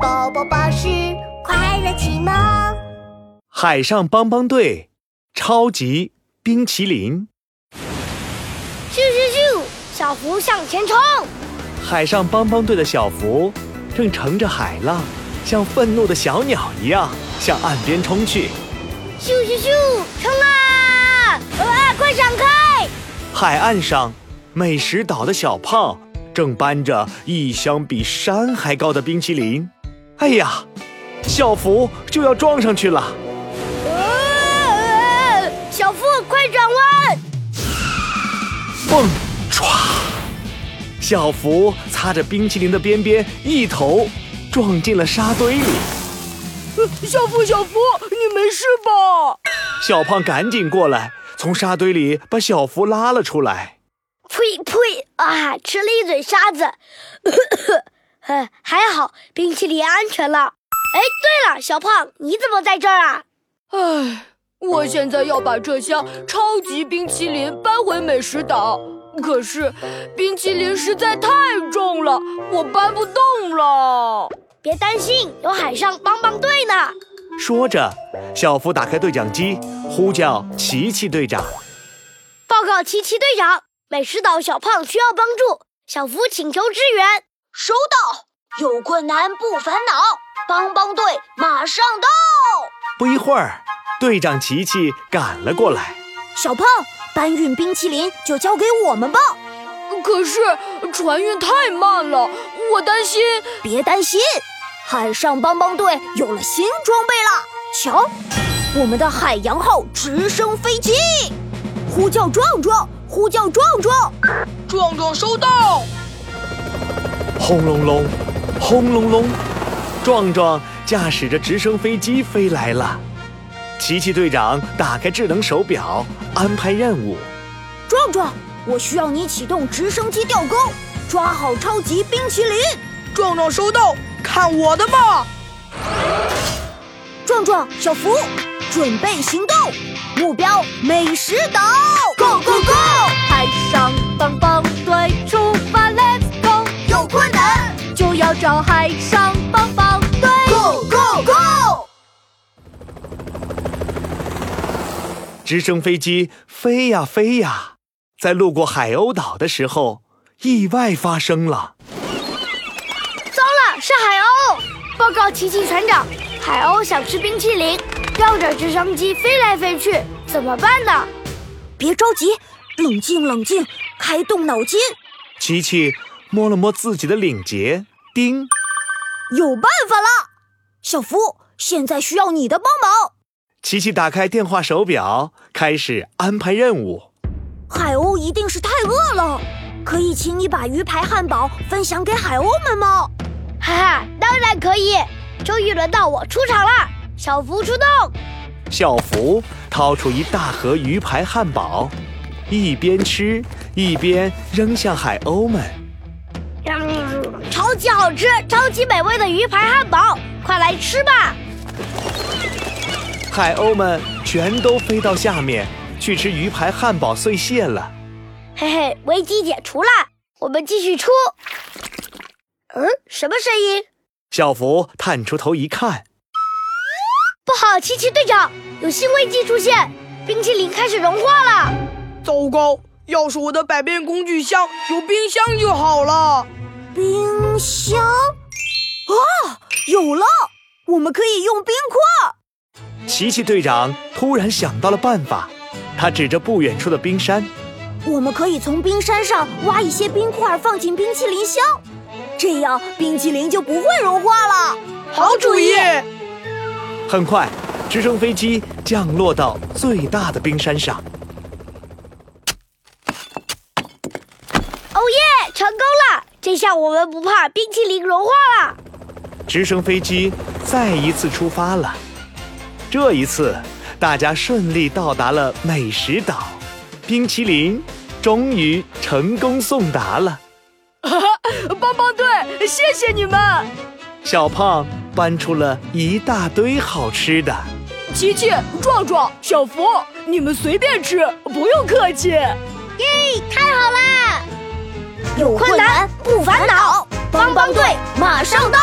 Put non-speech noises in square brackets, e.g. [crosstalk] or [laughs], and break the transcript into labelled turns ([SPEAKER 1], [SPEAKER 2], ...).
[SPEAKER 1] 宝宝巴士快乐启蒙。
[SPEAKER 2] 海上帮帮队，超级冰淇淋。
[SPEAKER 3] 咻咻咻！小福向前冲，
[SPEAKER 2] 海上帮帮队的小福正乘着海浪，像愤怒的小鸟一样向岸边冲去。
[SPEAKER 3] 咻咻咻，冲啊！啊，快闪开！
[SPEAKER 2] 海岸上，美食岛的小胖正搬着一箱比山还高的冰淇淋。哎呀，小福就要撞上去了！
[SPEAKER 3] 啊！呃小福，快转弯！
[SPEAKER 2] 蹦唰，小福擦着冰淇淋的边边，一头撞进了沙堆里。嗯
[SPEAKER 4] 小福，小福，你没事吧？
[SPEAKER 2] 小胖赶紧过来，从沙堆里把小福拉了出来。
[SPEAKER 3] 呸呸！啊，吃了一嘴沙子。 [coughs] 呃，还好冰淇淋安全了。哎，对了，小胖，你怎么在这儿啊？
[SPEAKER 4] 唉，我现在要把这箱超级冰淇淋搬回美食岛，可是冰淇淋实在太重了，我搬不动了。
[SPEAKER 3] 别担心，有海上帮帮队呢。
[SPEAKER 2] 说着，小福打开对讲机，呼叫琪琪队长。
[SPEAKER 3] 报告奇奇队长，美食岛小胖需要帮助，小福请求支援。
[SPEAKER 5] 收到，有困难不烦恼，帮帮队马上到。
[SPEAKER 2] 不一会儿，队长琪琪赶了过来。
[SPEAKER 5] 小胖，搬运冰淇淋就交给我们吧，
[SPEAKER 4] 可是船运太慢了，我担心。
[SPEAKER 5] 别担心，海上帮帮队有了新装备啦！瞧，我们的海洋号直升飞机，呼叫壮壮，呼叫壮壮，
[SPEAKER 4] 壮壮收到。
[SPEAKER 2] 轰隆隆，轰隆隆，壮壮驾驶着直升飞机飞来了。琪琪队长打开智能手表，安排任务。
[SPEAKER 5] 壮壮，我需要你启动直升机吊钩，抓好超级冰淇淋。
[SPEAKER 4] 壮壮收到，看我的吧！
[SPEAKER 5] 壮壮，小福，准备行动，目标美食岛，Go Go Go！
[SPEAKER 6] 海上帮帮队出发，Let's go！
[SPEAKER 5] 有困难
[SPEAKER 6] 就要找海上帮帮队。
[SPEAKER 5] ，Go Go Go！
[SPEAKER 2] 直升飞机飞呀飞呀，在路过海鸥岛的时候，意外发生了。
[SPEAKER 3] 糟了，啊是海鸥！报告奇奇船长，海鸥想吃冰淇淋，绕着直升机飞来飞去，怎么办
[SPEAKER 4] [laughs]
[SPEAKER 3] 呢？
[SPEAKER 5] 别着急，冷静冷静，开动脑筋，
[SPEAKER 2] 琪琪摸了摸自己的领结，叮！
[SPEAKER 5] 有办法啦！小福，现在需要你的帮忙。
[SPEAKER 2] 琪琪打开电话手表，开始安排任务。
[SPEAKER 5] 海鸥一定是太饿了，可以请你把鱼排汉堡分享给海鸥们吗？
[SPEAKER 3] 哈哈，当然可以。终于轮到我出场了，小福出动！
[SPEAKER 2] 小福掏出一大盒鱼排汉堡，一边吃一边扔向海鸥们。
[SPEAKER 3] 超级好吃、超级美味的鱼排汉堡，快来吃吧！
[SPEAKER 2] 海鸥们全都飞到下面去吃鱼排汉堡碎屑了。
[SPEAKER 3] 嘿嘿，危机解除了，我们继续出。嗯，什么声音？
[SPEAKER 2] 小福探出头一看，
[SPEAKER 3] 不好，奇奇队长，有新危机出现，冰淇淋开始融化了。
[SPEAKER 4] 糟糕，要是我的百变工具箱有冰箱就好了。
[SPEAKER 5] 冰箱啊，有了！我们可以用冰块。
[SPEAKER 2] 琪琪队长突然想到了办法，他指着不远处的冰山，
[SPEAKER 5] 我们可以从冰山上挖一些冰块放进冰淇淋箱，这样冰淇淋就不会融化了。
[SPEAKER 4] 好主意！
[SPEAKER 2] 很快，直升飞机降落到最大的冰山上。
[SPEAKER 3] 哦耶，成功了！这下我们不怕冰淇淋融化了。
[SPEAKER 2] 直升飞机再一次出发了。这一次，大家顺利到达了美食岛，冰淇淋终于成功送达了。
[SPEAKER 4] 帮帮队，谢谢你们！
[SPEAKER 2] 小胖搬出了一大堆好吃的。
[SPEAKER 4] 琪琪、壮壮、小福，你们随便吃，不用客气。
[SPEAKER 3] 太好啦！
[SPEAKER 5] 有困难不烦恼，帮帮队马上到。